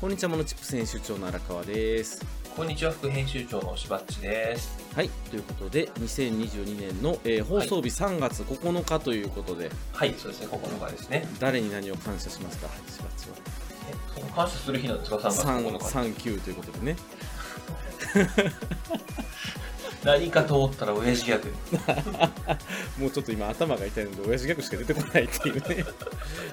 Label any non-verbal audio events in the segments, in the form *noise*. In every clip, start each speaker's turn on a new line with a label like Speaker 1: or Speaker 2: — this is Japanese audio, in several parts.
Speaker 1: こんにちは、モノチップ選手長の荒川です。
Speaker 2: こんにちは副編集長のしばっちです。
Speaker 1: はい、ということで、2022年の、えー放送日3月9日ということで、
Speaker 2: はい、そうですね、9日ですね。
Speaker 1: 誰に何を感謝しますか、しばっちは。
Speaker 2: えその感謝する日なんですか、3月9日。
Speaker 1: 3、9ということでね。
Speaker 2: 何かと思ったら親父
Speaker 1: *laughs*
Speaker 2: ギャグ。
Speaker 1: もうちょっと今頭が痛いので、親父ギャグしか出てこないっていう
Speaker 2: *laughs*
Speaker 1: ね、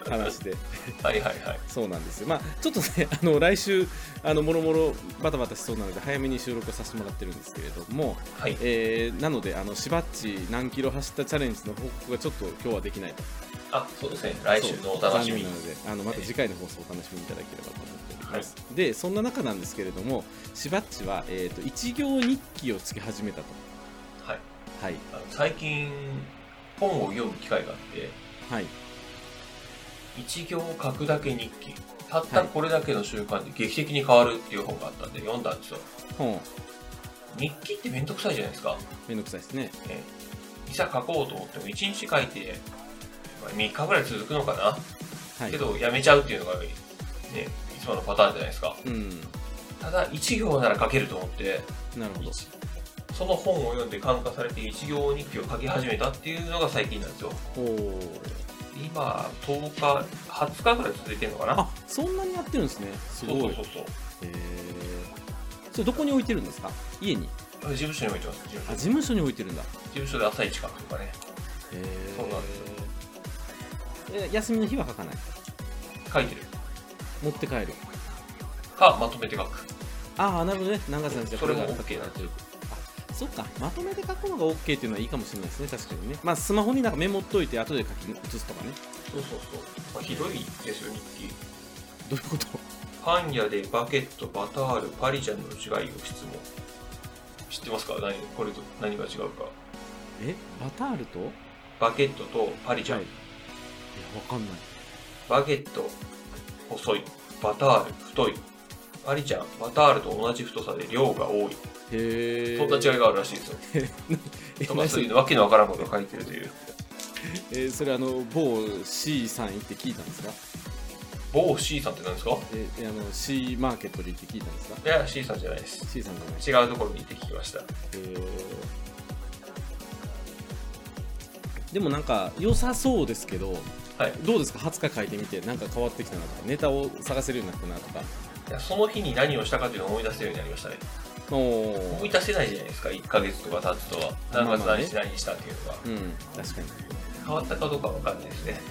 Speaker 1: 話で。
Speaker 2: はいはいはい。
Speaker 1: そうなんですよ。まあ、ちょっとね、あの、来週、あの、もろもろバタバタしそうなので、早めに収録をさせてもらってるんですけれども、
Speaker 2: はい。
Speaker 1: えーなので、あの、しばっち何キロ走ったチャレンジの報告がちょっと今日はできないと。
Speaker 2: あ、そうですね、来週のお楽しみ
Speaker 1: そう残念な。のであのまた次回の放送をお楽しみいただければと思っております、でそんな中なんですけれどもしばっちは、えー、と一行日記をつけ始めたと
Speaker 2: はい。
Speaker 1: はい
Speaker 2: あの最近、本を読む機会があって、
Speaker 1: はい
Speaker 2: 一行書くだけ日記。たったこれだけの習慣で劇的に変わるっていう本があったんで読んだんですよ。
Speaker 1: 本
Speaker 2: 日記ってめんどくさいじゃないですか。
Speaker 1: めんどくさいですね
Speaker 2: ね、いざ書こうと思っても1日書いて、まあ3日ぐらい続くのかな。
Speaker 1: はい
Speaker 2: けどやめちゃうっていうのが、ね、いつものパターンじゃないですか
Speaker 1: うん
Speaker 2: ただ1行なら書けると思って
Speaker 1: なるほど
Speaker 2: その本を読んで感化されて1行日記を書き始めたっていうのが最近なんですよ
Speaker 1: おー
Speaker 2: 今10日20日ぐらい続いてるのかな
Speaker 1: あそんなにやってるんですねす
Speaker 2: そうそ
Speaker 1: ご
Speaker 2: う
Speaker 1: い
Speaker 2: そうそう
Speaker 1: えそれどこに置いてるんですか家に
Speaker 2: あ事務所に置いてます事
Speaker 1: あ
Speaker 2: 務所
Speaker 1: 事務所に置いてるんだへ
Speaker 2: 事務所で朝一書くとかね
Speaker 1: え
Speaker 2: そうなんですよ
Speaker 1: え休みの日は書かない
Speaker 2: 書いてる
Speaker 1: 持って帰る
Speaker 2: かまとめて書く
Speaker 1: ああなるほどね長瀬先生
Speaker 2: それも
Speaker 1: こが
Speaker 2: OK なんですよ
Speaker 1: あそっかまとめて書くのが OK っていうのはいいかもしれないですね確かにねまあスマホになんかメモっといて後で書き写すとかね
Speaker 2: そうそうそう、まあ、ひどいですよ日記
Speaker 1: どういうこと
Speaker 2: パン屋でバケットバタールパリジャンの違いを質問知ってますか何これと何が違うか
Speaker 1: *laughs* えバタールと
Speaker 2: バケットとパリジャン、
Speaker 1: はいいやわかんない
Speaker 2: バゲット細いバタール太いパリジャンバタールと同じ太さで量が多い
Speaker 1: へえ
Speaker 2: そんな違いがあるらしい
Speaker 1: *laughs*
Speaker 2: ですよ、
Speaker 1: え
Speaker 2: とか
Speaker 1: 何そ
Speaker 2: そう
Speaker 1: れ
Speaker 2: いうわけのわからんことを書いてるという
Speaker 1: えそれあの某 C さん行って聞いたんですか
Speaker 2: 某 C さんって何ですか
Speaker 1: ええあの C マーケットで行って聞いたんですか
Speaker 2: いや C さんじゃないです
Speaker 1: C さんじゃない
Speaker 2: 違うところに行って聞きました
Speaker 1: でもなんか良さそうですけど、
Speaker 2: はい
Speaker 1: どうですか20日書いてみてなんか変わってきたなとかネタを探せるようになったなとか
Speaker 2: いやその日に何をしたかというのを思い出せるようになりましたね
Speaker 1: おー
Speaker 2: 思い出せないじゃないですか1ヶ月とか経つとは
Speaker 1: まあまあ
Speaker 2: 何
Speaker 1: ね
Speaker 2: 月何日何したっていうのが
Speaker 1: うん確かに
Speaker 2: 変わったかどうかわかんないですね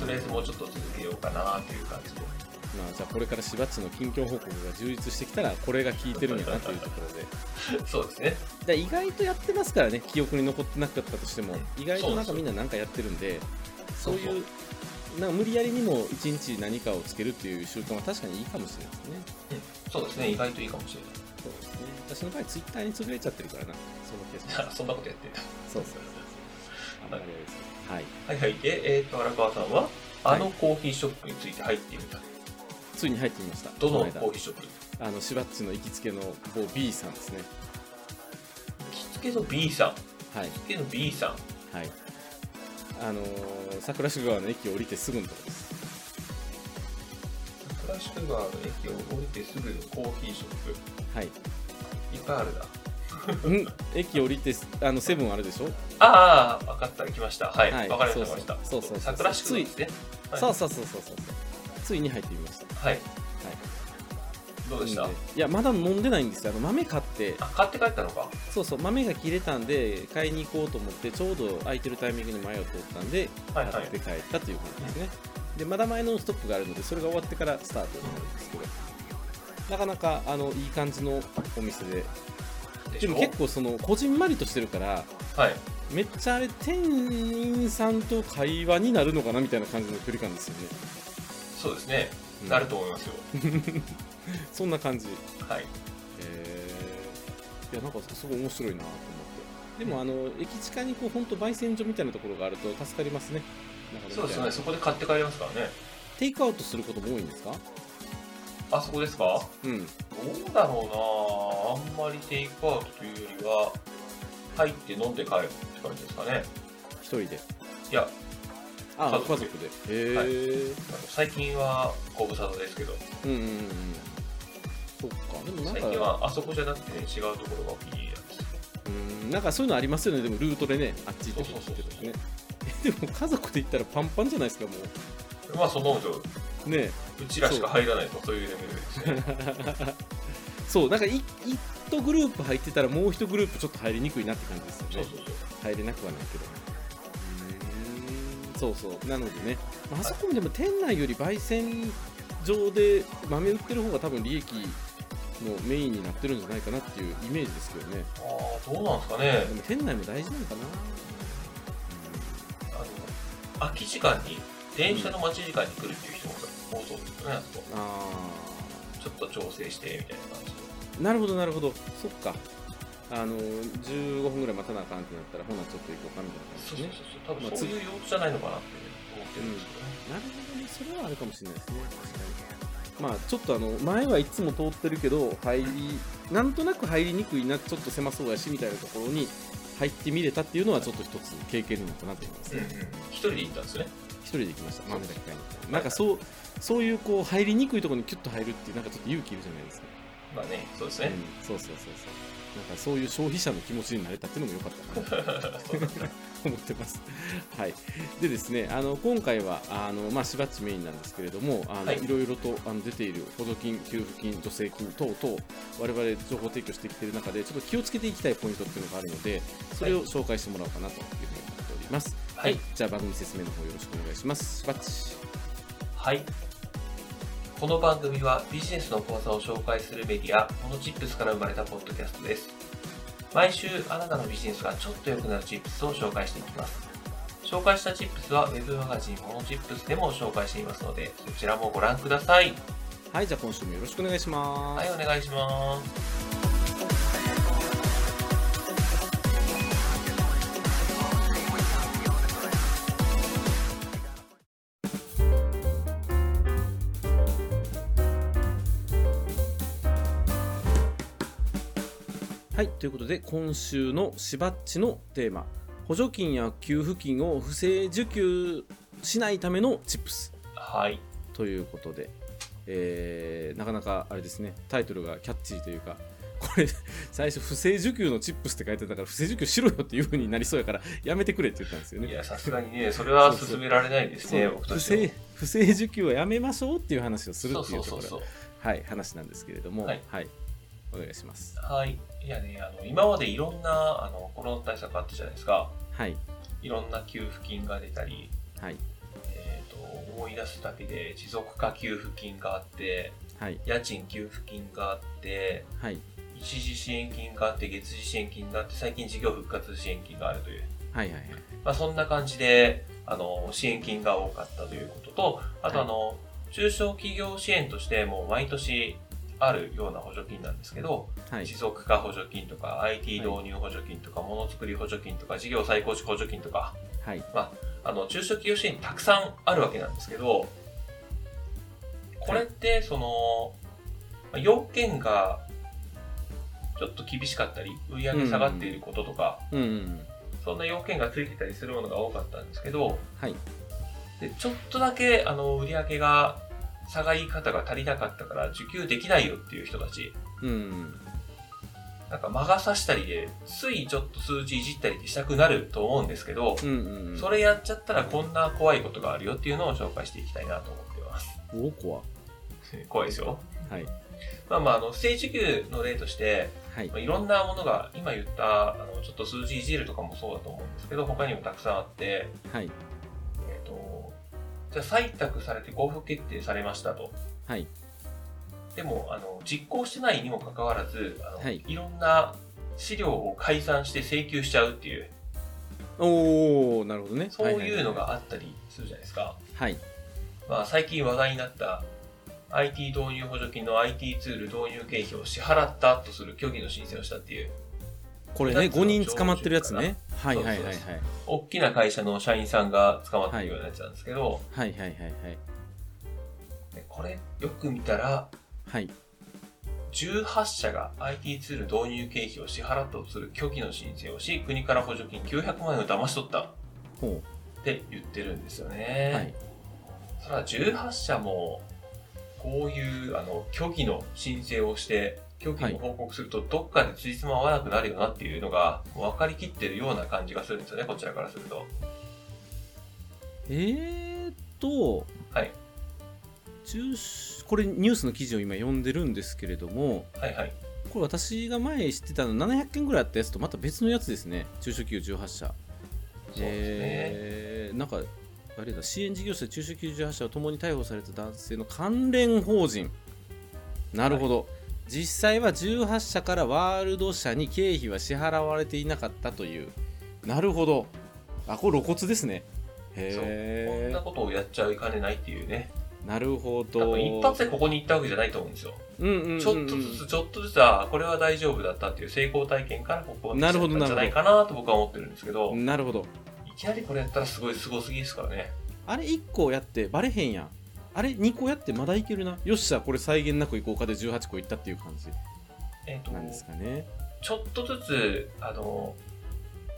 Speaker 2: とりあえずもうちょっと続けようかなという感じで
Speaker 1: まあ、じゃあこれからしばっちの近況報告が充実してきたらこれが効いてるんだなというところで
Speaker 2: そうです *laughs* ね
Speaker 1: で意外とやってますからね記憶に残ってなかったとしても意外となんか
Speaker 2: そうそう
Speaker 1: みんな何かやってるんでそう
Speaker 2: そう
Speaker 1: いうなんか無理やりにも一日何かをつけるっていう習慣は確かにいいかもしれないですね
Speaker 2: そうですね意外といいかもしれない
Speaker 1: そうですね私の場合ツイッターに潰れちゃってるからなそのケースも
Speaker 2: *laughs* そんなことやってた。
Speaker 1: そうそうあんまりあれですねはい
Speaker 2: はいはい。で、えっ、と、荒川さんは、あのコーヒーショップについて入ってみた。
Speaker 1: ついに入ってみました
Speaker 2: ど
Speaker 1: こ
Speaker 2: のコ
Speaker 1: 間
Speaker 2: ーヒーショップ
Speaker 1: あのしばっちの行きつけの某 B さんですね
Speaker 2: 着付けの B さん。
Speaker 1: はい
Speaker 2: 着付けの B さん。
Speaker 1: はいあのー桜宿川の駅を降りてすぐのところです
Speaker 2: クラシュガーの駅を降りてすぐのコーヒーショップ。
Speaker 1: はい、
Speaker 2: いっぱいあるな。
Speaker 1: うん、駅降りてすあのセブンあるでしょ、
Speaker 2: ああ、分かった。来ました。はい。わ、
Speaker 1: はい
Speaker 2: かりました。わかりました。
Speaker 1: そうそうそうそう
Speaker 2: 桜宿ですね。はい
Speaker 1: そうそうそうそうそうついに入ってみました
Speaker 2: はい。
Speaker 1: はい
Speaker 2: どうでした、
Speaker 1: 飲んいやまだ飲んでないんですよあの豆買って
Speaker 2: あ、買って帰ったのか。
Speaker 1: そうそう豆が切れたんで買いに行こうと思ってちょうど空いてるタイミングに迷を通ったんで
Speaker 2: は
Speaker 1: 買
Speaker 2: いはい
Speaker 1: っ。て帰ったという感じですね、でまだ前のストップがあるのでそれが終わってからスタートなんですけどなかなかあのいい感じのお店で
Speaker 2: でし
Speaker 1: で
Speaker 2: ょ
Speaker 1: も結構そのこじんまりとしてるから
Speaker 2: はい。
Speaker 1: めっちゃあれ店員さんと会話になるのかなみたいな感じの距離感ですよね、
Speaker 2: そうですね。
Speaker 1: うん
Speaker 2: なると思いますよ。
Speaker 1: そんな感じ
Speaker 2: はい。
Speaker 1: いやなんかすごい面白いなと思ってでもあの駅近にこう本当焙煎所みたいなところがあると助かりますねなんかね
Speaker 2: そうですね。そこで買って帰れますからね。
Speaker 1: テイクアウトすることも多いんですか
Speaker 2: あそこですか
Speaker 1: うん
Speaker 2: どうだろうなあんまりテイクアウトというよりは、入って飲んで帰るって感じですかね。
Speaker 1: 一人で
Speaker 2: いや、
Speaker 1: あ
Speaker 2: 家
Speaker 1: 家
Speaker 2: 族
Speaker 1: 族でへえ、
Speaker 2: はいあの最近はご無沙汰ですけど、
Speaker 1: うんうんうんそっかでもなん
Speaker 2: 最近
Speaker 1: か
Speaker 2: はあそこじゃなくて違うところがお気に入りなんですよ。
Speaker 1: うんなんかそういうのありますよねでもルートでねあっち行ってこっち行ってとかね *laughs* でも家族で行ったらパンパンじゃないですかも
Speaker 2: まあその分、
Speaker 1: うねえ
Speaker 2: うちらしか入らないとそういうレベルですね。
Speaker 1: そうなんかい一グループ入ってたらもう一グループちょっと入りにくいなって感じですよね
Speaker 2: そうそうそう。
Speaker 1: 入れなくはないけどそうそうなのでね、まああそこもでも店内より焙煎場で豆売ってる方が多分利益のメインになってるんじゃないかなっていうイメージですけどね
Speaker 2: ああ、どうなんですかね
Speaker 1: で。も店内も大事なのかな
Speaker 2: あの、空き時間に、電車の待ち時間に来るっていう人も多そうですよね、あそこ。
Speaker 1: あ
Speaker 2: ちょっと調整してみたいな感じで。
Speaker 1: ーなるほどなるほどそっかあの15分ぐらい待たなあかんってなったらほなちょっと行こうかみたいな感
Speaker 2: そ
Speaker 1: じ
Speaker 2: うそう
Speaker 1: ね
Speaker 2: そう。多分そういう用途じゃないのかなって思ってるんですけどね。
Speaker 1: なるほどね、それはあるかもしれないですね、確かに。まあ、ちょっとあの前はいつも通ってるけど入り、なんとなく入りにくいな、ちょっと狭そうやしみたいなところに入ってみれたっていうのは、ちょっと一つ経験になったなと思います、
Speaker 2: うんうん。一人で行ったんですね。
Speaker 1: 一人で行きました、豆だけ買いに行ってなんかそうそういうこう入りにくいところにキュッと入るっていう、なんかちょっと勇気いるじゃないですか、
Speaker 2: まあね、そうです
Speaker 1: う
Speaker 2: ね。
Speaker 1: ん、そうそうそうそう、なんかそういう消費者の気持ちになれたっていうのも良かったかな。
Speaker 2: そうだ *laughs* ね
Speaker 1: 思ってます。はい、でですねあの今回はあの、まあ、しばっちメインなんですけれどもあの、
Speaker 2: はい
Speaker 1: い、ろいろとあの出ている補助金、給付金、助成金等々我々情報提供してきている中でちょっと気をつけていきたいポイントっていうのがあるのでそれを紹介してもらおうかなというふうに思っております。
Speaker 2: は
Speaker 1: はいい、じゃあ番組説明の方よろしくお願いします。しばっち
Speaker 2: はい。この番組はビジネスの怖さを紹介するメディア、このチップスから生まれたポッドキャストです。毎週あなたのビジネスがちょっと良くなるチップスを紹介していきます。紹介したチップスは Web マガジンモノチップスでも紹介していますので、そちらもご覧ください。
Speaker 1: はい、じゃあ今週もよろしくお願いします。
Speaker 2: はい、お願いします。
Speaker 1: はい、ということで今週のしばっちのテーマ補助金や給付金を不正受給しないためのチップス
Speaker 2: はい。
Speaker 1: ということで、えーなかなかあれですねタイトルがキャッチーというかこれ最初不正受給のチップスって書いてたから不正受給しろよっていう風になりそうやからやめてくれって言ったんですよ
Speaker 2: い
Speaker 1: ね。
Speaker 2: や、さすがにね、それは進められないですね、
Speaker 1: そう
Speaker 2: 僕た
Speaker 1: 不
Speaker 2: ちも
Speaker 1: 正。不正受給はやめましょうっていう話をする
Speaker 2: そう
Speaker 1: ってい
Speaker 2: そう
Speaker 1: と
Speaker 2: うそ
Speaker 1: こ
Speaker 2: う
Speaker 1: ろ
Speaker 2: そう。
Speaker 1: はい話なんですけれども、
Speaker 2: は
Speaker 1: はいい、お願いします。
Speaker 2: はい。いやね、あの、今までいろんな、あの、コロナ対策あったじゃないですか。
Speaker 1: はい
Speaker 2: いろんな給付金が出たり、
Speaker 1: はい
Speaker 2: えー、と思い出すだけで持続化給付金があって
Speaker 1: はい
Speaker 2: 家賃給付金があって
Speaker 1: はい
Speaker 2: 一時支援金があって月次支援金があって最近事業復活支援金があるという、
Speaker 1: はいはい
Speaker 2: まあ、そんな感じであの支援金が多かったということとあと
Speaker 1: は
Speaker 2: あ
Speaker 1: い
Speaker 2: の、中小企業支援としてもう毎年あるような補助金なんですけど、
Speaker 1: はい
Speaker 2: 持続化補助金とか IT 導入補助金とかものづくり補助金とか事業再構築補助金とか
Speaker 1: はい
Speaker 2: あの中小企業支援たくさんあるわけなんですけど、これってその、まあ要件がちょっと厳しかったり、売り上げ下がっていることとか、
Speaker 1: うんうん
Speaker 2: そんな要件がついてたりするものが多かったんですけど、
Speaker 1: はい
Speaker 2: でちょっとだけあの売り上げが下がり方が足りなかったから受給できないよっていう人たち、
Speaker 1: うん
Speaker 2: なんか魔が差したりで、ついちょっと数字いじったりしたくなると思うんですけど、
Speaker 1: うんうんうん
Speaker 2: それやっちゃったらこんな怖いことがあるよっていうのを紹介していきたいなと思ってます。
Speaker 1: ウォコ
Speaker 2: *laughs* 怖いですよ。
Speaker 1: アはい
Speaker 2: まあまあ、あの、不正受給の例として、
Speaker 1: はい
Speaker 2: まあ、いろんなものが、今言った、あの、ちょっと数字いじるとかもそうだと思うんですけど、他にもたくさんあって、
Speaker 1: はい
Speaker 2: えっ、と、じゃあ採択されて交付決定されましたと。
Speaker 1: はい
Speaker 2: でも、あの、実行してないにもかかわらず、あの、
Speaker 1: はい
Speaker 2: い、ろんな資料を改ざんして請求しちゃうっていう、
Speaker 1: おおなるほどね
Speaker 2: そういうのがあったりするじゃないですか。
Speaker 1: はい
Speaker 2: まあ、最近話題になった、IT 導入補助金の IT ツール導入経費を支払ったとする虚偽の申請をしたっていう、
Speaker 1: これね5人捕まってるやつねはいはいはいはい
Speaker 2: そう大きな会社の社員さんが捕まってるようなやつなんですけど、
Speaker 1: はいはいはいはい
Speaker 2: でこれよく見たら
Speaker 1: はい
Speaker 2: 18社が IT ツール導入経費を支払ったとする虚偽の申請をし国から補助金900万円を騙し取った
Speaker 1: ほ
Speaker 2: って言ってるんですよね。
Speaker 1: はい、
Speaker 2: それは18社もこういうあの虚偽の申請をして虚偽の報告するとどっかでついつま合わなくなるよなっていうのがもう分かりきってるような感じがするんですよねこちらからすると
Speaker 1: えーっと、
Speaker 2: はい
Speaker 1: 中止これニュースの記事を今読んでるんですけれども
Speaker 2: はいはい
Speaker 1: これ私が前知ってたの700件ぐらいあったやつとまた別のやつですね中小企業18社
Speaker 2: そうですね、
Speaker 1: えーなんかあれだ支援事業者中小企業18社はともに逮捕された男性の関連法人なるほど、実際は18社からワールド社に経費は支払われていなかったというなるほどあこれ露骨ですね
Speaker 2: こん
Speaker 1: へ
Speaker 2: なことをやっちゃいかねないっていうね
Speaker 1: えなるほ
Speaker 2: 多
Speaker 1: ど
Speaker 2: 分一発でここに行ったわけじゃないと思うんですよ、
Speaker 1: うんうんうんうん
Speaker 2: ちょっとずつちょっとずつあこれは大丈夫だったっていう成功体験からここに
Speaker 1: なるほど
Speaker 2: 来ちゃったんじゃないかなと僕は思ってるんですけど
Speaker 1: なるほど
Speaker 2: いきなりこれやったらすごいすごすぎですからね
Speaker 1: あれ1個やってバレへんやんあれ2個やってまだいけるなよっしゃこれ際限なくいこうかで18個いったっていう感じ
Speaker 2: えっ、と
Speaker 1: なんですかね
Speaker 2: ちょっとずつ、あの、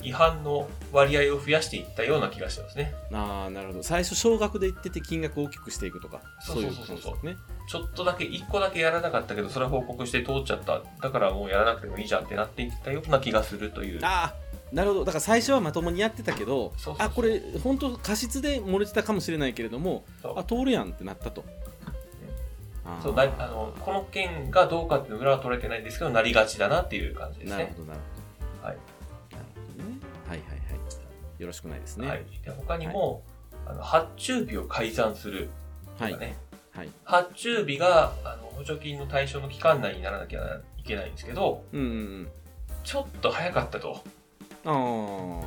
Speaker 2: 違反の割合を増やしていったような気がしてますね。
Speaker 1: ああなるほど最初少額で言ってて金額を大きくしていくとか
Speaker 2: そうそうそうそう
Speaker 1: いことですね
Speaker 2: ちょっとだけ、一個だけやらなかったけど、それは報告して通っちゃった。だからもうやらなくてもいいじゃんってなっていったような気がするという。
Speaker 1: ああなるほどだから最初はまともにやってたけど
Speaker 2: そうそうそう
Speaker 1: あこれ本当過失で漏れてたかもしれないけれども
Speaker 2: そう
Speaker 1: あ通るやんってなったとあー
Speaker 2: そうだいあのこの件がどうかっていうの裏は取れてないんですけど、なりがちだなっていう感じです
Speaker 1: なる
Speaker 2: ね。
Speaker 1: ほどなるほど
Speaker 2: はい
Speaker 1: なるほどねはいはいはいよろしくないですね
Speaker 2: はい、で他にも、あの発注日を改ざんすると
Speaker 1: は
Speaker 2: か
Speaker 1: い
Speaker 2: ね、
Speaker 1: はい
Speaker 2: 発注日があの補助金の対象の期間内にならなきゃいけないんですけど、
Speaker 1: うんうん
Speaker 2: ちょっと早かったと。
Speaker 1: うんあ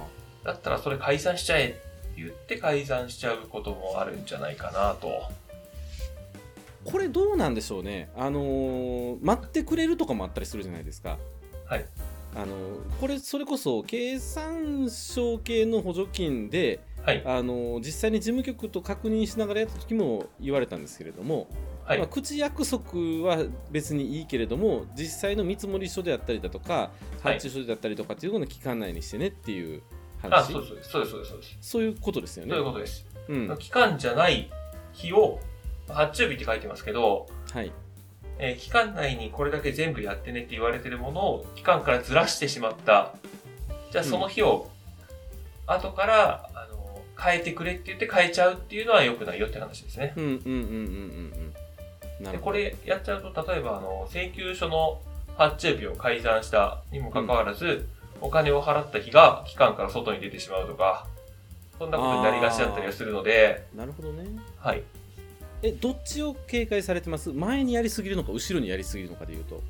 Speaker 1: あ
Speaker 2: だったらそれ解散しちゃえって言って解散しちゃうこともあるんじゃないかなと。
Speaker 1: これどうなんでしょうね、あのー待ってくれるとかもあったりするじゃないですか。
Speaker 2: はい
Speaker 1: あのーこれそれこそ経産省系の補助金で、
Speaker 2: はい。
Speaker 1: あのー実際に事務局と確認しながらやった時も言われたんですけれども、
Speaker 2: はい
Speaker 1: まあ、。口約束は別にいいけれども実際の見積書であったりだとか
Speaker 2: はい
Speaker 1: 発注書であったりとかっていうのを期間内にしてねっていう
Speaker 2: あ、
Speaker 1: 話、
Speaker 2: そうです、そうです、そうです、そうです。
Speaker 1: そういうことですよね
Speaker 2: そういう。ことです。
Speaker 1: うんは
Speaker 2: 期間じゃない日を、発注日って書いてますけど、
Speaker 1: い、
Speaker 2: えー期間内にこれだけ全部やってねって言われてるものを期間からずらしてしまった。じゃあその日を、後から、あの、変えてくれって言って変えちゃうっていうのは良くないよって話ですね。
Speaker 1: うんうんうんうんうんうん。な
Speaker 2: で
Speaker 1: る
Speaker 2: こ
Speaker 1: ほど。
Speaker 2: れやっちゃうと例えばあの請求書の発注日を改ざんしたにもかかわらず、お金を払った日が期間から外に出てしまうとかそんなことになりがちだったりはするので、
Speaker 1: なるほどね。
Speaker 2: はい、
Speaker 1: えどっちを警戒されてます前にやりすぎるのか後ろにやりすぎるのかでいうと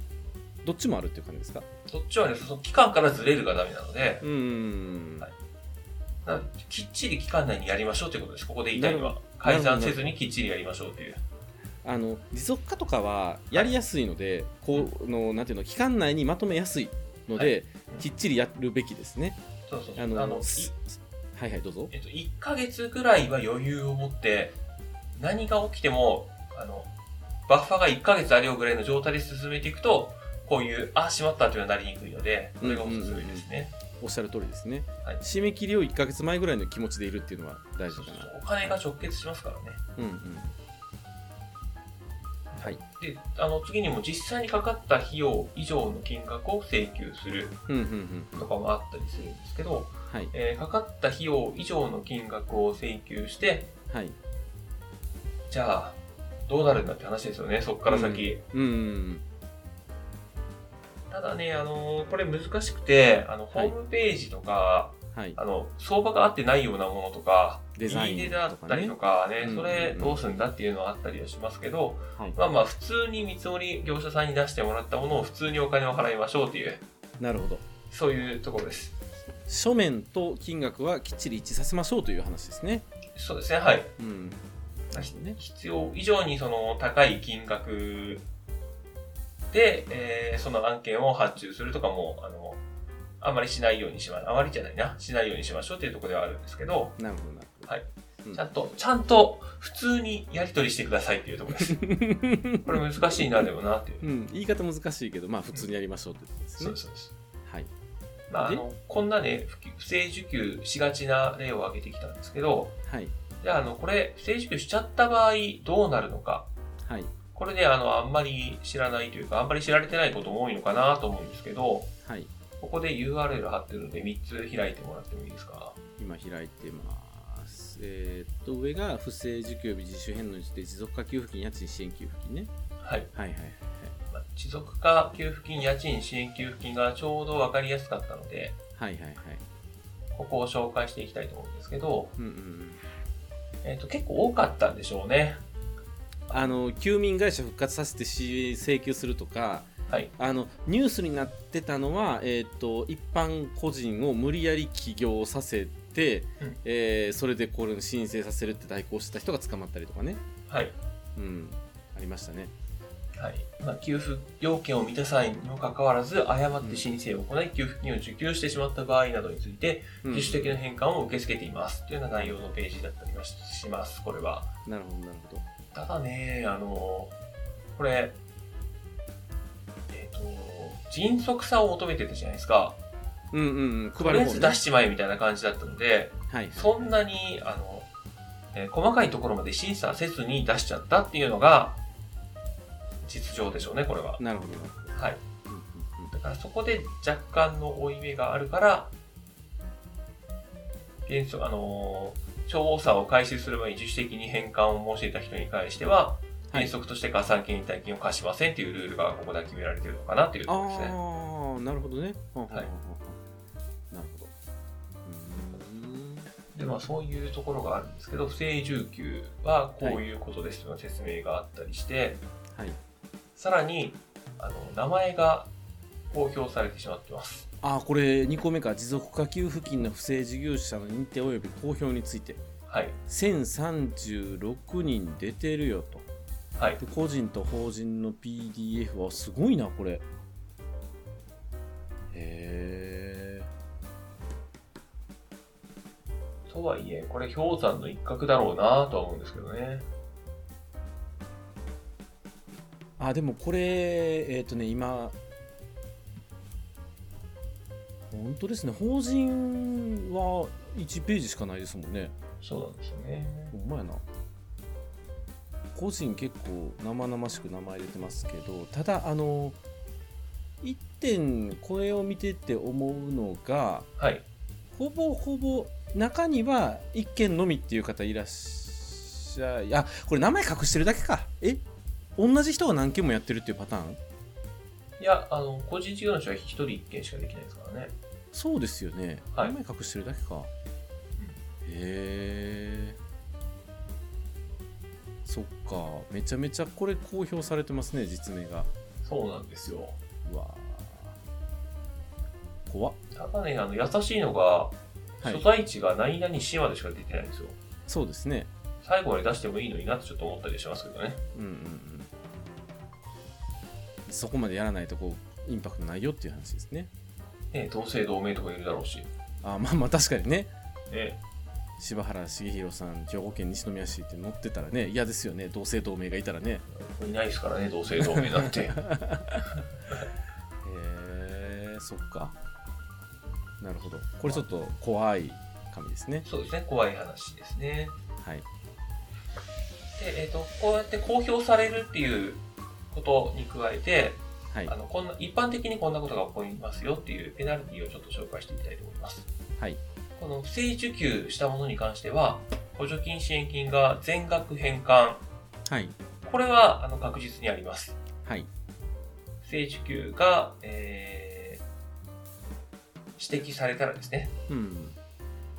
Speaker 1: どっちもあるっていう感じですか
Speaker 2: そっちはねその期間からずれるがダメなので
Speaker 1: うーん、
Speaker 2: はいなのできっちり期間内にやりましょうということですここで言いたいの
Speaker 1: な
Speaker 2: は
Speaker 1: ほど
Speaker 2: 改ざんせずにきっちりやりましょうという
Speaker 1: あの持続化とかはやりやすいので、こうのなんていうの期間内にまとめやすいので、
Speaker 2: はい
Speaker 1: きっちりやるべきですね
Speaker 2: そうそうそう
Speaker 1: あ
Speaker 2: あ
Speaker 1: の
Speaker 2: のい
Speaker 1: すはいはいどうぞ
Speaker 2: えっと、1ヶ月ぐらいは余裕を持って何が起きてもあのバッファが1ヶ月あるよぐらいの状態で進めていくとこういうあしまったというのはなりにくいのでこれがおすすめですね、
Speaker 1: おっしゃる通りですね、
Speaker 2: はい
Speaker 1: 締め切りを1ヶ月前ぐらいの気持ちでいるっていうのは大事
Speaker 2: そう
Speaker 1: か
Speaker 2: そう
Speaker 1: な
Speaker 2: そうお金が直結しますからね
Speaker 1: うんうんはい
Speaker 2: であの次にも実際にかかった費用以上の金額を請求する
Speaker 1: うんうんうん
Speaker 2: とかもあったりするんですけど、
Speaker 1: はい
Speaker 2: えーかかった費用以上の金額を請求して
Speaker 1: はい
Speaker 2: じゃあどうなるんだって話ですよねそこから先、
Speaker 1: うんうんうん
Speaker 2: ただね、あのーこれ難しくて、あの、ホ
Speaker 1: はい
Speaker 2: ームページとか、
Speaker 1: はい
Speaker 2: あの、相場が合ってないようなものとか、
Speaker 1: デザイン
Speaker 2: いい
Speaker 1: とかね
Speaker 2: 値だったりとかね、
Speaker 1: うん
Speaker 2: それどうするんだっていうのはあったりはしますけど、
Speaker 1: はい
Speaker 2: まあまあ、普通に見積もり業者さんに出してもらったものを普通にお金を払いましょうっていう、
Speaker 1: なるほど
Speaker 2: そういうところです。
Speaker 1: 書面と金額はきっちり一致させましょうという話ですね。
Speaker 2: そうですね、はい。
Speaker 1: うん。なるほどね。
Speaker 2: 必要以上にその高い金額で、えーその案件を発注するとかも、あの、あまりしないようにしま、あまりじゃないな、しないようにしましょうっていうところではあるんですけど、
Speaker 1: なるほどなるほど。
Speaker 2: はい
Speaker 1: うん
Speaker 2: ちゃんと、ちゃんと普通にやり取りしてくださいっていうとこ
Speaker 1: *laughs*
Speaker 2: ろです。これ難しいな、でもなっていう。
Speaker 1: うん、言い方難しいけど、まあ普通にやりましょうということです
Speaker 2: そう
Speaker 1: ね
Speaker 2: で。す、そうです。
Speaker 1: はい。
Speaker 2: まあ、あ
Speaker 1: で
Speaker 2: のこんなね不不正受給しがちな例を挙げてきたんですけど
Speaker 1: はい
Speaker 2: じゃああのこれ不正受給しちゃった場合どうなるのか
Speaker 1: はい
Speaker 2: これねあのあんまり知らないというかあんまり知られてないことも多いのかなと思うんですけど
Speaker 1: はい
Speaker 2: ここで URL 貼ってるので3つ開いてもらってもいいですか
Speaker 1: 今開いてますえーっと上が不正受給日自主返納にして持続化給付金家賃支援給付金ね
Speaker 2: はい
Speaker 1: はいはいはい
Speaker 2: まあ持続化給付金家賃支援給付金がちょうど分かりやすかったので
Speaker 1: はいはいはいはい
Speaker 2: ここを紹介していきたいと思うんですけど、
Speaker 1: うんうんうん
Speaker 2: えっと結構多かったんでしょうね
Speaker 1: あの休眠会社復活させてし請求するとか
Speaker 2: はい
Speaker 1: あのニュースになってたのは、えー、と一般個人を無理やり起業させて、
Speaker 2: うん
Speaker 1: えーそれでこれに申請させるって代行してた人が捕まったりとかね、
Speaker 2: はい
Speaker 1: うん、ありましたね。
Speaker 2: はいまあ、給付要件を満たさないにもかかわらず誤って申請を行い給付金を受給してしまった場合などについて
Speaker 1: うん
Speaker 2: 自主的な返還を受け付けていますというような内容のページだったりはしますこれは
Speaker 1: なるほどなるほど。
Speaker 2: ただねあのこれえっ、と迅速さを求めてたじゃないですか
Speaker 1: うんうんうん、
Speaker 2: と
Speaker 1: 配
Speaker 2: りあ
Speaker 1: る
Speaker 2: え
Speaker 1: 方
Speaker 2: ず
Speaker 1: ね
Speaker 2: 出しちまえみたいな感じだったので、
Speaker 1: はい、
Speaker 2: そんなに、あの、えー細かいところまで審査せずに出しちゃったっていうのが、実情でしょうね、これは。
Speaker 1: なるほどなるほど。
Speaker 2: はい。
Speaker 1: うんうんうん
Speaker 2: だからそこで若干の負い目があるから、原則、あのー調査を開始する前に自主的に返還を申し出た人に関しては、
Speaker 1: はい
Speaker 2: 原則として加算金退金を貸しませんっていうルールがここでは決められているのかなというところですね。
Speaker 1: ああ、なるほどね。はははは
Speaker 2: はい
Speaker 1: なるほど。うーん
Speaker 2: でまあ、そういうところがあるんですけど不正受給はこういうことですという説明があったりして、
Speaker 1: はい、
Speaker 2: さらにあの名前が公表されてしまってます
Speaker 1: ああ、これ2個目か、持続化給付金の不正事業者の認定及び公表について。
Speaker 2: はい
Speaker 1: 1036人出てるよと
Speaker 2: はい
Speaker 1: で個人と法人の PDF はすごいなこれへえ
Speaker 2: とはいえこれ氷山の一角だろうなとは思うんですけどね
Speaker 1: あでもこれえっ、とね今本当ですね法人は1ページしかないですもんね
Speaker 2: そうなんですよね
Speaker 1: ほんまやな個人結構生々しく名前出てますけどただあの1点これを見てて思うのが
Speaker 2: はい
Speaker 1: ほぼほぼ中には1件のみっていう方いらっしゃいあこれ名前隠してるだけかえ同じ人が何件もやってるっていうパターン
Speaker 2: いやあの個人事業主は一人一件しかできないですからね
Speaker 1: そうですよね、
Speaker 2: はい
Speaker 1: 名前隠してるだけかへえそっかめちゃめちゃこれ公表されてますね実名が
Speaker 2: そうなんですよ
Speaker 1: うわー怖った
Speaker 2: だねあの優しいのが
Speaker 1: はい
Speaker 2: 所在地が何々市までしか出てないんですよ、
Speaker 1: そうですね
Speaker 2: 最後まで出してもいいのになってちょっと思ったりしますけどね
Speaker 1: うんうんうんそこまでやらないとこうインパクトないよっていう話ですね
Speaker 2: ね同姓同名とかいるだろうし
Speaker 1: あまあまあ確かにね
Speaker 2: ね
Speaker 1: 柴原茂弘さん兵庫県西宮市って載ってたらね嫌ですよね同姓同名がいたらね
Speaker 2: いないですからね同姓同名なん *laughs* て
Speaker 1: へえそっかなるほどこれちょっと怖い紙ですね
Speaker 2: そうですね怖い話ですね
Speaker 1: はい
Speaker 2: で、えー、とこうやって公表されるっていうことに加えて、
Speaker 1: はい
Speaker 2: あのこんな一般的にこんなことが起こりますよっていうペナルティをちょっと紹介していきたいと思います。
Speaker 1: はい
Speaker 2: この不正受給したものに関しては補助金支援金が全額返還
Speaker 1: はい
Speaker 2: これはあの確実にあります。
Speaker 1: はい
Speaker 2: 不正受給が、えー指摘されたらですね
Speaker 1: うん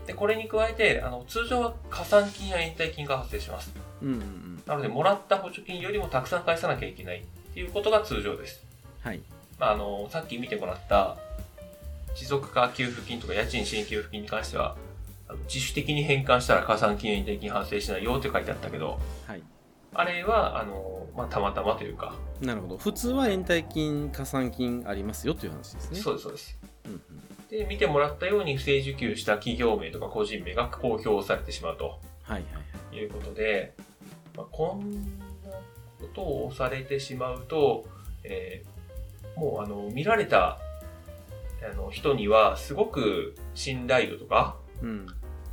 Speaker 2: でこれに加えてあの通常は加算金や延滞金が発生します
Speaker 1: うんうんうん
Speaker 2: なのでもらった補助金よりもたくさん返さなきゃいけないっていうことが通常です
Speaker 1: はい
Speaker 2: まあ、あのさっき見てもらった持続化給付金とか家賃支援給付金に関してはあの自主的に返還したら加算金や転金発生しないよって書いてあったけど
Speaker 1: はい
Speaker 2: あれはあの、まあ、たまたまというか、
Speaker 1: なるほど普通は延滞金加算金ありますよという話ですね
Speaker 2: そうですそうです
Speaker 1: うんうん
Speaker 2: で見てもらったように不正受給した企業名とか個人名が公表されてしまうと
Speaker 1: はいはいはい
Speaker 2: いうことで、まあ、こんなことをされてしまうと、えーもうあの見られたあの人にはすごく信頼度とか
Speaker 1: うん。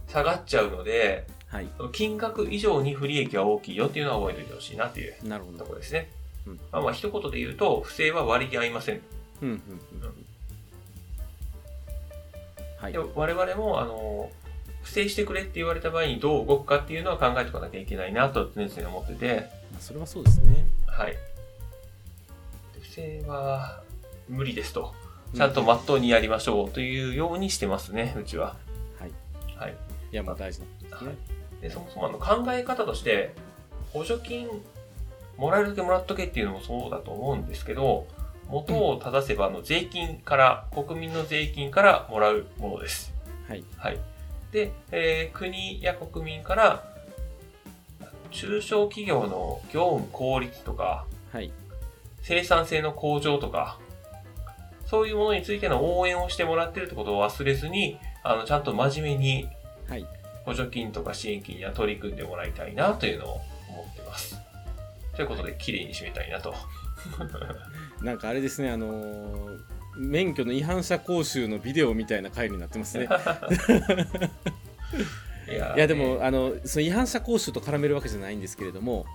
Speaker 2: 下がっちゃうので、
Speaker 1: はい。
Speaker 2: 金額以上に不利益は大きいよっていうのは覚えておいてほしいなっていう
Speaker 1: なるほ
Speaker 2: とこ
Speaker 1: ど。
Speaker 2: ろですね。
Speaker 1: うん
Speaker 2: まあ、まあ一言で言うと、不正は割に合いません。
Speaker 1: うんうんうん。はい
Speaker 2: で。我々も、あの、不正してくれって言われた場合にどう動くかっていうのは考えておかなきゃいけないなと常々思ってて、
Speaker 1: まあそれはそうですね。
Speaker 2: はい。で不正は無理ですと。
Speaker 1: う
Speaker 2: ちゃんと真っ当にやりましょうというようにしてますね、うちは。
Speaker 1: はい。
Speaker 2: はい。
Speaker 1: いや、まあ大事なことですね。
Speaker 2: でそもそもあの考え方として、補助金もらえるだけもらっとけっていうのもそうだと思うんですけど、元を正せばあの税金から、国民の税金からもらうものです。
Speaker 1: はい。
Speaker 2: はい。で、えー国や国民から、中小企業の業務効率とか、
Speaker 1: はい。
Speaker 2: 生産性の向上とか、そういうものについての応援をしてもらってるってことを忘れずに、あの、ちゃんと真面目に
Speaker 1: はい。
Speaker 2: 補助金とか支援金には取り組んでもらいたいなというのを思ってます。ということで、綺麗に締めたいなと。
Speaker 1: なんかあれですね、あのー免許の違反者講習のビデオみたいな回になってますね。
Speaker 2: *laughs* いやー
Speaker 1: いやでも、、あのその違反者講習と絡めるわけじゃないんですけれども、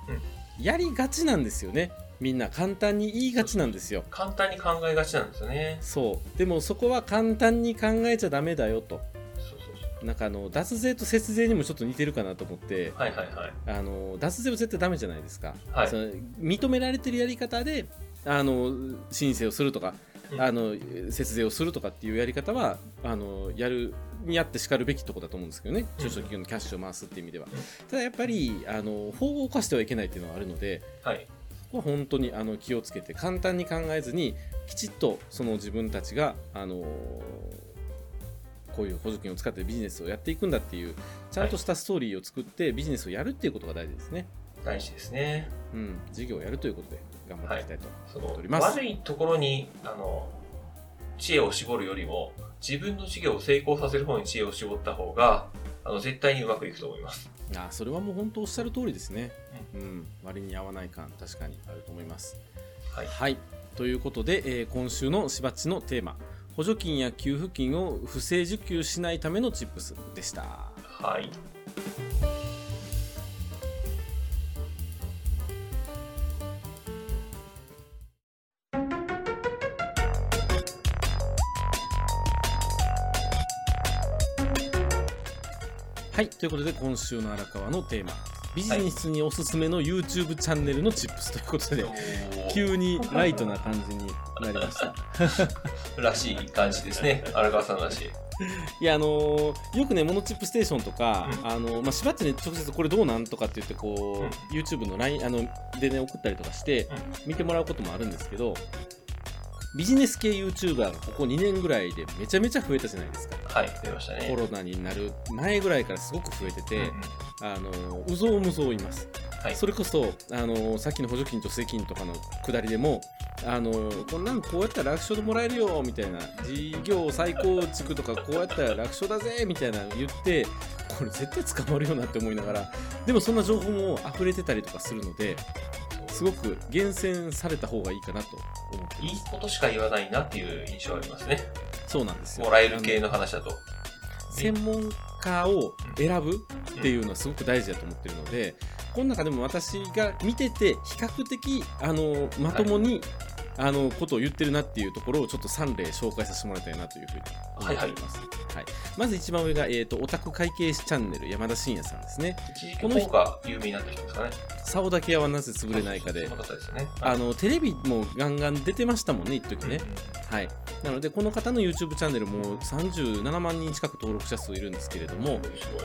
Speaker 1: やりがちなんですよねみんな簡単に言いがちなんですよ
Speaker 2: 簡単に考えがちなんですよね。
Speaker 1: そうでもそこは簡単に考えちゃダメだよと
Speaker 2: そうそうそ
Speaker 1: なんかあの脱税と節税にもちょっと似てるかなと思って
Speaker 2: う。はいはいはい。
Speaker 1: あの脱税は絶対ダメじゃないですか、
Speaker 2: はい
Speaker 1: その認められてるやり方であの申請をするとか、
Speaker 2: うん
Speaker 1: あの節税をするとかっていうやり方はあのやるやってしかるべきとこだと思うんですけどね中小企業のキャッシュを回すっていう意味では、ただやっぱりあの法を犯してはいけないっていうのはあるので
Speaker 2: はい。
Speaker 1: ここは本当にあの気をつけて簡単に考えずにきちっとその自分たちがあのこういう補助金を使ってビジネスをやっていくんだっていうちゃんとしたストーリーを作ってビジネスをやるっていうことが大事ですね。
Speaker 2: 大事ですね。
Speaker 1: うん、事業をやるということで頑張っていきたいと。
Speaker 2: その
Speaker 1: おります
Speaker 2: 悪いところにあの知恵を絞るよりも自分の事業を成功させる方に知恵を絞った方があの絶対にうまくいくと思います。
Speaker 1: あーそれはもう本当おっしゃる通りですね。うん、割に合わない感確かにあると思います。
Speaker 2: はい
Speaker 1: ということで、えー今週のしばっちのテーマ補助金や給付金を不正受給しないためのチップスでした。
Speaker 2: はい。
Speaker 1: はい、ということで今週の荒川のテーマビジネスにおすすめの YouTube チャンネルのチップスということで、急
Speaker 2: *laughs*
Speaker 1: にライトな感じになりました。
Speaker 2: らしい感じですね。荒川さんらしい。
Speaker 1: いやあのーよくね「モノチップステーション」とか、あのーまあ、しばっちに直接これどうなんとかって言ってこう、YouTube の LINE あのでね送ったりとかして
Speaker 2: うん
Speaker 1: 見てもらうこともあるんですけどビジネス系 YouTuber がここ2年ぐらいでめちゃめちゃ増えたじゃないですか
Speaker 2: はい、出ました
Speaker 1: コ
Speaker 2: ね。
Speaker 1: ロナになる前ぐらいからすごく増えて
Speaker 2: うんう
Speaker 1: て
Speaker 2: ん、
Speaker 1: あのーうぞうむぞういます、
Speaker 2: はい
Speaker 1: それこそ、あのーさっきの補助金と助成金とかのくだりでも、あのーこんなんこうやったら楽勝でもらえるよみたいな事業再構築とかこうやったら楽勝だぜみたいなの言ってこれ絶対捕まるよなって思いながらでもそんな情報も溢れてたりとかするのですごく厳選された方がいいかなと思って
Speaker 2: いいことしか言わないなっていう印象ありますね。
Speaker 1: そうなんですよ
Speaker 2: もらえる系の話だと。
Speaker 1: 専門家を選ぶっていうのはすごく大事だと思ってるので、この中でも私が見てて比較的あのまともに、あのことを言ってるなっていうところをちょっと3例紹介させてもらいたいなというふうに思っております、はいまず一番上が、えー、とオタク会計士チャンネル山田真也さんですね
Speaker 2: 一時期
Speaker 1: こ
Speaker 2: こ
Speaker 1: の
Speaker 2: の
Speaker 1: 人
Speaker 2: 方が有名になってきたんですかね。
Speaker 1: 「竿だけ屋はなぜ潰れないかで」
Speaker 2: そうそうそうそういうことですよね。
Speaker 1: あのテレビもガンガン出てましたもんね一時ね、はい、なのでこの方の YouTube チャンネルも37万人近く登録者数いるんですけれども、
Speaker 2: うん。すごい。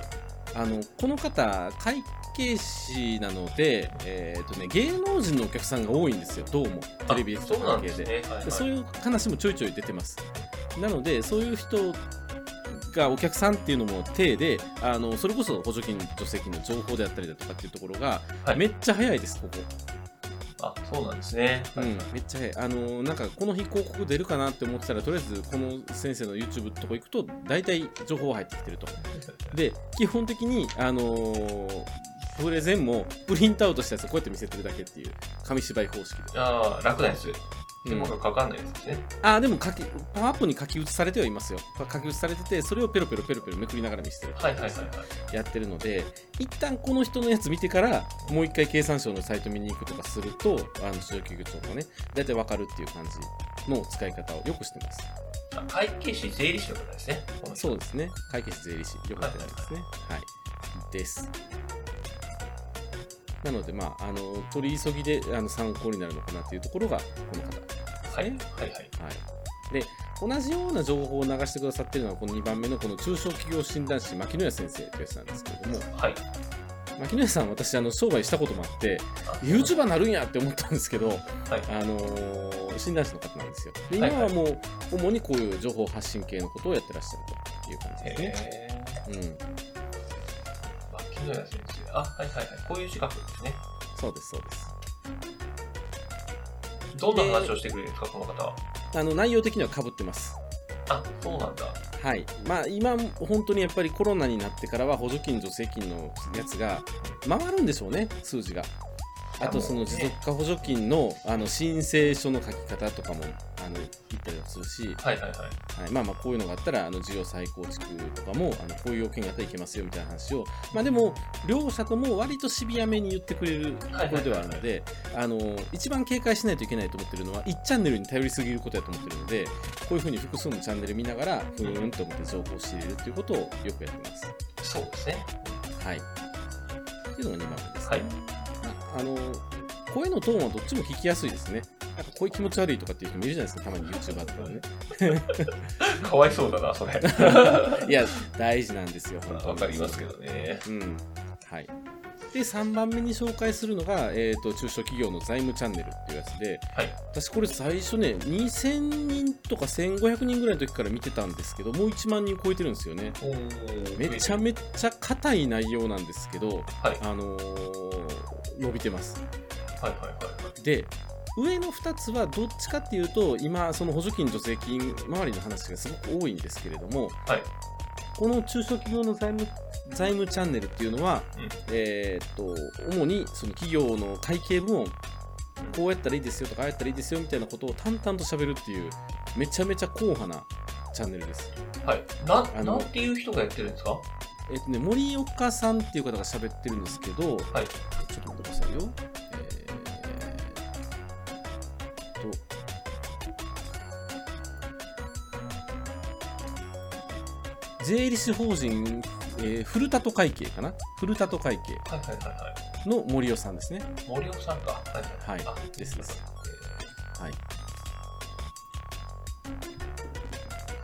Speaker 1: あのこの方会計士なので、えーとね、芸能人のお客さんが多いんですよどうもテレビ
Speaker 2: あ
Speaker 1: と
Speaker 2: そう
Speaker 1: か
Speaker 2: なん
Speaker 1: 関係ですで、
Speaker 2: でね。はいはい
Speaker 1: そういう話もちょいちょい出てますなのでそういう人がお客さんっていうのも手であのそれこそ補助金助成金の情報であったりだとかっていうところが、
Speaker 2: はい
Speaker 1: めっちゃ早いですここ
Speaker 2: あ、そうなんですね。
Speaker 1: うん、めっちゃ早いあのなんかこの日広告出るかなって思ってたらとりあえずこの先生の YouTube とこ行くと大体情報が入ってきてる
Speaker 2: *laughs*
Speaker 1: とで基本的にあのープレゼンもプリントアウトしたやつをこうやって見せてるだけっていう紙芝居方式で
Speaker 2: ああ、楽なやつ。手間がかかんないやつですね。
Speaker 1: あーでも書きパワーポに書き写されてはいますよ書き写されててそれをペロペロペロペロめくりながら見せてる
Speaker 2: はいはいはいはい。
Speaker 1: やってるので一旦この人のやつ見てからもう一回経産省のサイト見に行くとかするとあの就業とかね大体わかるっていう感じの使い方をよくしてます
Speaker 2: あ会計士、税理士の方ですね。この人
Speaker 1: そうですね解決税理士よくやってないですねはいですなのでまああの取り急ぎであの参考になるのかなっていうところがこの方
Speaker 2: はいはいはい。
Speaker 1: はい、で同じような情報を流してくださっているのはこの2番目のこの中小企業診断士牧野谷先生というやつなんですけれども
Speaker 2: はい。
Speaker 1: 牧野谷さん私あの商売したこともあって
Speaker 2: あ
Speaker 1: YouTuber になるんやって思ったんですけど、
Speaker 2: はい
Speaker 1: あのー診断士の方なんですよで
Speaker 2: は
Speaker 1: 今
Speaker 2: い
Speaker 1: はもう主にこういう情報発信系のことをやってらっしゃるという感じですね、
Speaker 2: えー。
Speaker 1: うん、
Speaker 2: あ、木野谷先生。あ、はいはいはい。こういう資格ですね。
Speaker 1: そうですそうです
Speaker 2: どんな話をしてくれるんですか、この方は。
Speaker 1: あの内容的にはかぶってます
Speaker 2: あ、そうなんだ。
Speaker 1: はいまあ、今、本当にやっぱりコロナになってからは補助金、助成金のやつが回るんでしょうね、数字が。あと、その持続化補助金のあの申請書の書き方とかもあの言ったりはするし、
Speaker 2: はいはいはい。
Speaker 1: はいまあ、まあこういうのがあったらあの事業再構築とかもあのこういう要件があったらいけますよみたいな話を、まあ、でも、両者とも割とシビアめに言ってくれるところではあるので、あの一番警戒しないといけないと思ってるのは1チャンネルに頼りすぎることやと思ってるのでこういうふうに複数のチャンネル見ながらふーんと思って情報を仕入れるっていうことをよくやってます。
Speaker 2: そうですね。
Speaker 1: はい、っていうのが2番目です、
Speaker 2: はい。
Speaker 1: あの声のトーンはどっちも聞きやすいですね。なんか声気持ち悪いとかっていう人もいるじゃないですか、たまに YouTuber とかでね。
Speaker 2: かわいそうだな、それ。 *laughs*
Speaker 1: いや、大事なんですよ、本当
Speaker 2: わ
Speaker 1: に
Speaker 2: かりますけどね。
Speaker 1: うんはい、で3番目に紹介するのが、えー、と中小企業の財務チャンネルっていうやつで
Speaker 2: はい。
Speaker 1: 私これ最初ね2000人とか1500人ぐらいの時から見てたんですけどもう1万人超えてるんですよね
Speaker 2: おー
Speaker 1: めちゃめちゃ硬い内容なんですけど、
Speaker 2: はい
Speaker 1: あのー伸びてます
Speaker 2: はいはいはいは
Speaker 1: で上の2つはどっちかっていうと今その補助金助成金周りの話がすごく多いんですけれども、
Speaker 2: はい
Speaker 1: この中小企業の財務財務チャンネルっていうのは、
Speaker 2: うん
Speaker 1: えーっと主にその企業の会計部門こうやったらいいですよとかああやったらいいですよみたいなことを淡々と喋るっていうめちゃめちゃ硬派なチャンネルです。
Speaker 2: い。はい。な、
Speaker 1: あの
Speaker 2: なんていう人がやってるんですかは
Speaker 1: えーっとね、森岡さんっていう方が喋ってるんですけど、
Speaker 2: い。
Speaker 1: ちょっと待ってくださいよ。えー、っと。税理士法人、えー、古里会計かな古里会計
Speaker 2: はいはいはいは
Speaker 1: の森尾さんですね。
Speaker 2: い。森尾さんか。はいはい。
Speaker 1: はい
Speaker 2: あ
Speaker 1: ですですはい。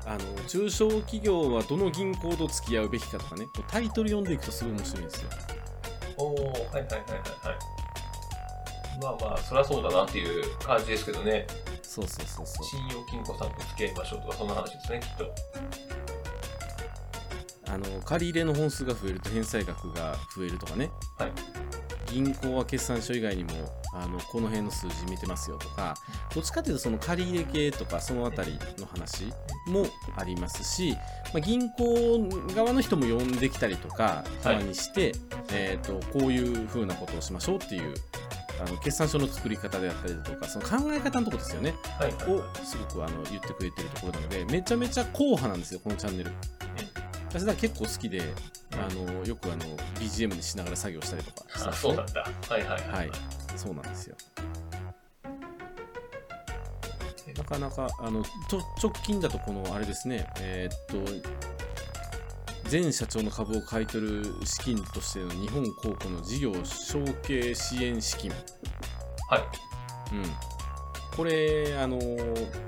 Speaker 1: あの中小企業はどの銀行と付き合うべきかとかね、こうタイトル読んでいくとすごい面白いんですよ。
Speaker 2: おおーはいはいはいはいはい。まあまあ、そりゃそうだなっていう感じですけどね。
Speaker 1: そうそうそうそう。
Speaker 2: 信用金庫さんと付き合いましょうとか、そんな話ですね、きっと。
Speaker 1: あの借り入れの本数が増えると返済額が増えるとかね、
Speaker 2: はい
Speaker 1: 銀行は決算書以外にもあのこの辺の数字見てますよとかどっちかというとその借り入れ系とかそのあたりの話もありますし、まあ、銀行側の人も呼んできたりとかたまにして、えー、とこういうふうなことをしましょうっていうあの決算書の作り方であったりだとかその考え方のところですよね
Speaker 2: はいはい
Speaker 1: をすごくあの言ってくれてるところなのでめちゃめちゃ硬派なんですよこのチャンネル私だから結構好きであのよくあの BGM にしながら作業したりとかして
Speaker 2: あ、
Speaker 1: ます
Speaker 2: そう
Speaker 1: ね
Speaker 2: なんだ。はいはいは
Speaker 1: はいい。そうなんですよなかなかあのちょ直近だとこのあれですねえーっと前社長の株を買い取る資金としての日本公庫の事業承継支援資金
Speaker 2: はい。
Speaker 1: うん、これあの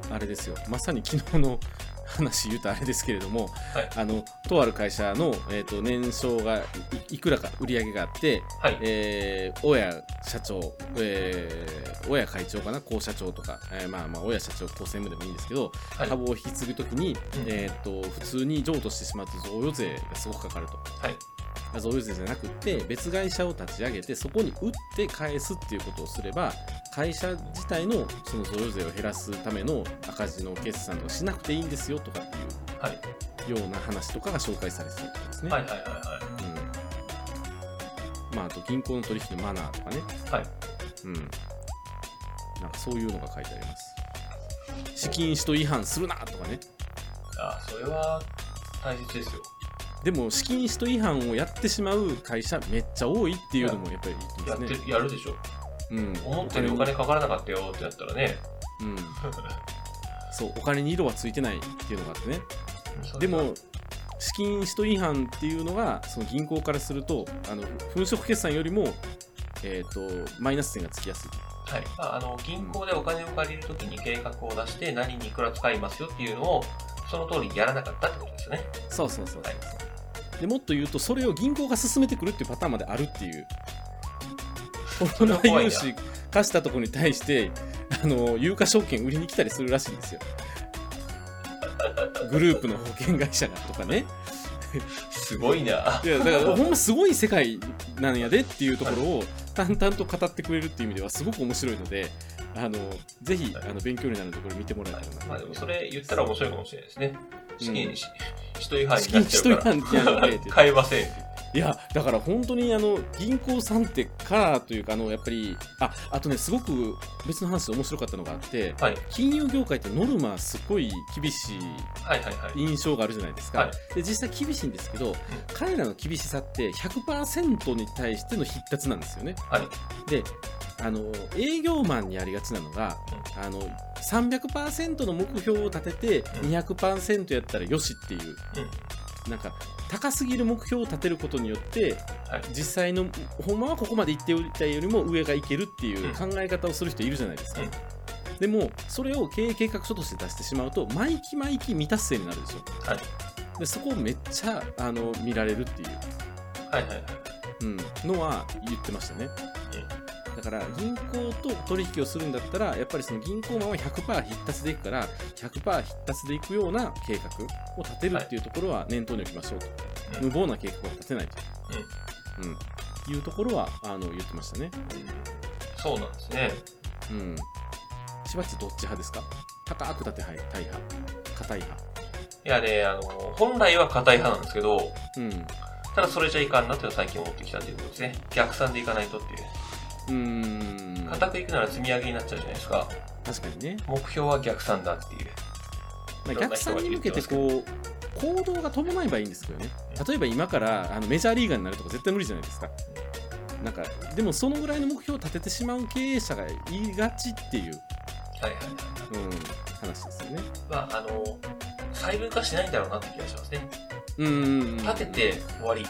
Speaker 1: あれですよまさに昨日の話言うとあれですけれども、
Speaker 2: はい
Speaker 1: あのとある会社の、えー、と年商がいいくらか売り上げがあって、
Speaker 2: はい。
Speaker 1: えー、親社長、えー、親会長かな、高社長とか、えーまあまあ、親社長、高専務でもいいんですけど、
Speaker 2: はい
Speaker 1: 株を引き継ぐときに、えーと、普通に譲渡してしまうと贈与税がすごくかかると。
Speaker 2: はい。
Speaker 1: あ贈与税じゃなくって、別会社を立ち上げて、そこに売って返すっていうことをすれば、会社自体のその贈与税を減らすための赤字の決算とかしなくていいんですよとかって
Speaker 2: はい。
Speaker 1: いうような話とかが紹介されてたりとかですね。
Speaker 2: はいはいはいは
Speaker 1: うん、まああと銀行の取引のマナーとかね、
Speaker 2: はい
Speaker 1: うん、なんかそういうのが書いてあります。資金使途違反するなとかね
Speaker 2: あそれは大切ですよ
Speaker 1: でも資金使途違反をやってしまう会社めっちゃ多いっていうのもやっぱり言
Speaker 2: や
Speaker 1: っ
Speaker 2: ってて
Speaker 1: ますね
Speaker 2: るやるでしょ
Speaker 1: うん
Speaker 2: 思ったよりお金かからなかったよってなったらね
Speaker 1: うん
Speaker 2: *laughs*
Speaker 1: そうお金に色はついてないっていうのがあってね
Speaker 2: それ
Speaker 1: で
Speaker 2: は
Speaker 1: も資金使途違反っていうのがその銀行からするとあの粉飾決算よりも、えー、とマイナス点がつきやすい
Speaker 2: はいまあ、あの銀行でお金を借りるときに計画を出して何にいくら使いますよっていうのをその通りにやらなかったってことですね。
Speaker 1: そうそうそう、
Speaker 2: はい
Speaker 1: でもっと言うとそれを銀行が進めてくるっていうパターンまであるっていう
Speaker 2: そ
Speaker 1: こ
Speaker 2: れ
Speaker 1: の
Speaker 2: は怖いな
Speaker 1: 融資貸したところに対してあの有価証券売りに来たりするらしいん *laughs* ですよグループの保険会社がとかね
Speaker 2: すごいな。
Speaker 1: いやだからほんますごい世界なんやでっていうところを淡々と語ってくれるっていう意味ではすごく面白いのであのぜひあの勉強になるところ見てもらえたらな、
Speaker 2: まあでもそれ言ったら面白いかもしれないですね。資
Speaker 1: う
Speaker 2: 金
Speaker 1: ん
Speaker 2: し、使途違反
Speaker 1: 資
Speaker 2: にな
Speaker 1: 金
Speaker 2: っち
Speaker 1: 使途違
Speaker 2: ゃ
Speaker 1: 反
Speaker 2: う
Speaker 1: に
Speaker 2: か
Speaker 1: な *laughs* るね
Speaker 2: ら。 *laughs* 買えません。
Speaker 1: いやだから本当にあの銀行さんってカラーというかあのやっぱりああとねすごく別の話で面白かったのがあって
Speaker 2: はい。
Speaker 1: 金融業界ってノルマすっごい厳しい
Speaker 2: はいはいはい。
Speaker 1: 印象があるじゃないですか、
Speaker 2: はい
Speaker 1: で実際厳しいんですけど、彼らの厳しさって100%に対しての必達なんですよね
Speaker 2: はい。
Speaker 1: であの営業マンにありがちなのがあの300%の目標を立てて
Speaker 2: うん
Speaker 1: 200%やったらよしっていう
Speaker 2: うん。
Speaker 1: なんか高すぎる目標を立てることによって
Speaker 2: はい。
Speaker 1: 実際のほんまはここまで行っておりたいよりも上がいけるっていう考え方をする人いるじゃないですか、
Speaker 2: うん
Speaker 1: でもそれを経営計画書として出してしまうと毎期毎期未達成になるでしょ、
Speaker 2: はい
Speaker 1: でそこをめっちゃあの見られるっていう
Speaker 2: はいはいはい。
Speaker 1: うん、のは言ってましたね。だから銀行と取引をするんだったらやっぱりその銀行マンは100%必達でいくから100%必達でいくような計画を立てるっていうところは念頭に置きましょうと、
Speaker 2: うん
Speaker 1: 無謀な計画は立てないと、うんいうところはあの言ってましたね、
Speaker 2: そうなんですね。
Speaker 1: うん、しばっちどっち派ですか高く立て派大派硬い派
Speaker 2: いやね、あの、本来は硬い派なんですけど、
Speaker 1: うん
Speaker 2: ただそれじゃいかんなっていうのを最近思ってきたということですね。逆算でいかないとっていう。
Speaker 1: うーん
Speaker 2: 硬くいくなら積み上げになっちゃうじゃないですか。
Speaker 1: 確かにね
Speaker 2: 目標は逆算だっていう。
Speaker 1: まあ
Speaker 2: いろんな
Speaker 1: 逆
Speaker 2: 人が
Speaker 1: 算に向けてこう行動が伴えばいいんですけどね例えば今からあのメジャーリーガーになるとか絶対無理じゃないですかなんかでもそのぐらいの目標を立ててしまう経営者が言いがちっていう、
Speaker 2: はいはいはい。
Speaker 1: うん、話ですよね
Speaker 2: まあ、あの、細分化しないんだろうなって気がしますね。
Speaker 1: うんうんうん
Speaker 2: 立てて終わり。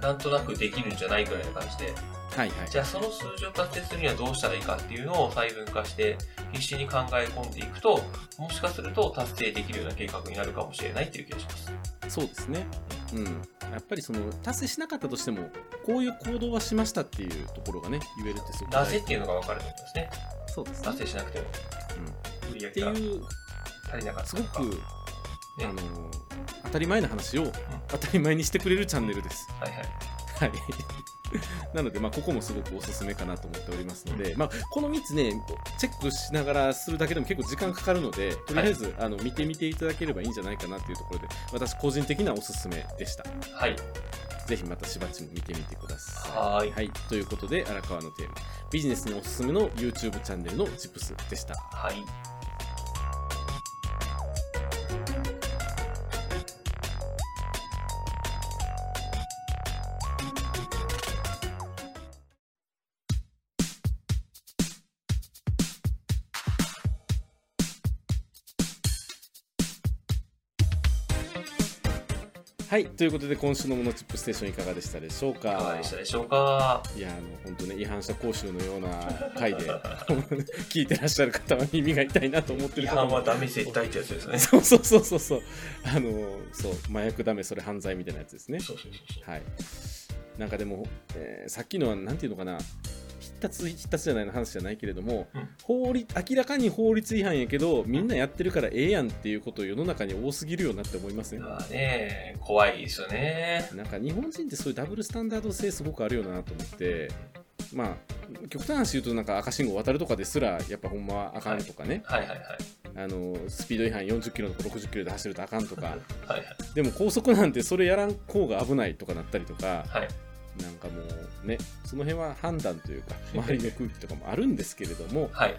Speaker 2: なんとなくできるんじゃないぐらいの感じで。
Speaker 1: はいはい
Speaker 2: じゃあその数字を達成するにはどうしたらいいかっていうのを細分化して、必死に考え込んでいくと、もしかすると達成できるような計画になるかもしれないっていう気がします。
Speaker 1: そうですねうんやっぱりその達成しなかったとしてもこういう行動はしましたっていうところがね言えるってすごく
Speaker 2: な
Speaker 1: 大
Speaker 2: ぜっ
Speaker 1: 事
Speaker 2: ていうのが分かると思いますね。
Speaker 1: そうですね
Speaker 2: 達成しなくても。売り上げ
Speaker 1: う
Speaker 2: が
Speaker 1: ん、っていう
Speaker 2: 足りなかった
Speaker 1: す
Speaker 2: と
Speaker 1: ご
Speaker 2: か。
Speaker 1: く、あの当たり前の話を当たり前にしてくれるチャンネルです
Speaker 2: はいはい。
Speaker 1: はい。 *laughs* なので、まあ、ここもすごくおすすめかなと思っておりますので、まあ、この3つね、チェックしながらするだけでも結構時間かかるので、とりあえず、あの見てみていただければいいんじゃないかなというところで、私、個人的なおすすめでした。
Speaker 2: はい。
Speaker 1: ぜひまたしばっちも見てみてくださ。
Speaker 2: はいーい。
Speaker 1: はい、ということで、荒川のテーマ、ビジネスにおすすめの YouTube チャンネルのチップスでした。
Speaker 2: はい。
Speaker 1: はい、ということで、今週のモノチップステーションいかがでしたでしょうか。
Speaker 2: いかがでしたでしょうか
Speaker 1: いやあの本当ね違反者講習のような回
Speaker 2: *laughs*
Speaker 1: で聞いてらっしゃる方は耳が痛いなと思って
Speaker 2: 違
Speaker 1: る方
Speaker 2: 反
Speaker 1: も
Speaker 2: はダメ絶対ってやつです *laughs* ね。
Speaker 1: そうそうそうそうそうあのそう麻薬ダメそれ犯罪みたいなやつですね
Speaker 2: そうそうそうそう。
Speaker 1: はいなんかでも、えーさっきのはなんていうのかな必達必達じゃないの話じゃないけれども、
Speaker 2: うん
Speaker 1: 法律明らかに法律違反やけどみんなやってるからええやんっていうことを世の中に多すぎるよなって思いますね
Speaker 2: まあね、怖いですよね。
Speaker 1: なんか日本人ってそういうダブルスタンダード性すごくあるよなと思って、まあ、極端な話言うとなんか赤信号渡るとかですらやっぱほんまはあかんとかね、
Speaker 2: はいはいはい。
Speaker 1: あのスピード違反40キロとか60キロで走るとあかんとか
Speaker 2: はい
Speaker 1: でも高速なんてそれやらん方が危ないとかなったりとか
Speaker 2: はい。はい。
Speaker 1: なんかもうねその辺は判断というか周りの空気とかもあるんですけれども
Speaker 2: はい。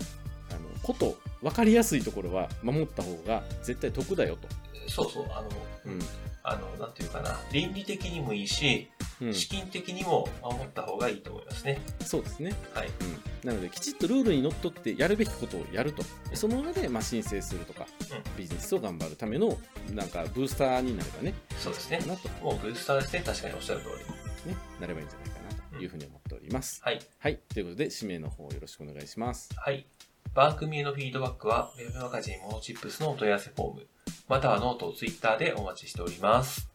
Speaker 1: あのこと分かりやすいところは守った方が絶対得だよと。
Speaker 2: そうそう、あの、
Speaker 1: うん
Speaker 2: あの、なんていうかな、倫理的にもいいし、
Speaker 1: うん、
Speaker 2: 資金的にも守った方がいいと思いますね。
Speaker 1: そうですね、
Speaker 2: はい
Speaker 1: うん、なのできちっとルールにのっとってやるべきことをやるとその上でまあ申請するとか、ビジネスを頑張るためのなんかブースターになればね
Speaker 2: そうですね
Speaker 1: なと、
Speaker 2: もうブースターですね、確かにおっしゃる通り。
Speaker 1: ね、なればいいんじゃないかなというふうに思っております。
Speaker 2: はい。
Speaker 1: はい、ということで、氏名の方よろしくお願いします。
Speaker 2: はい。番組へのフィードバックは、ウェブマガジンモノチップスのお問い合わせフォーム、またはノート、ツイッターでお待ちしております。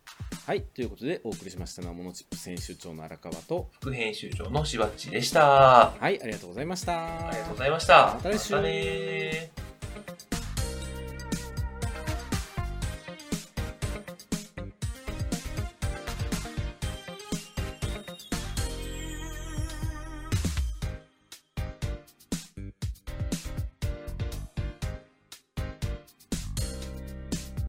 Speaker 1: はい、ということで、お送りしましたのは、モノチップ編集長の荒川と、
Speaker 2: 副編集長のしばっちでした。あ
Speaker 1: はい、ありがとうございました。
Speaker 2: りがとうございました。
Speaker 1: また来週
Speaker 2: ねー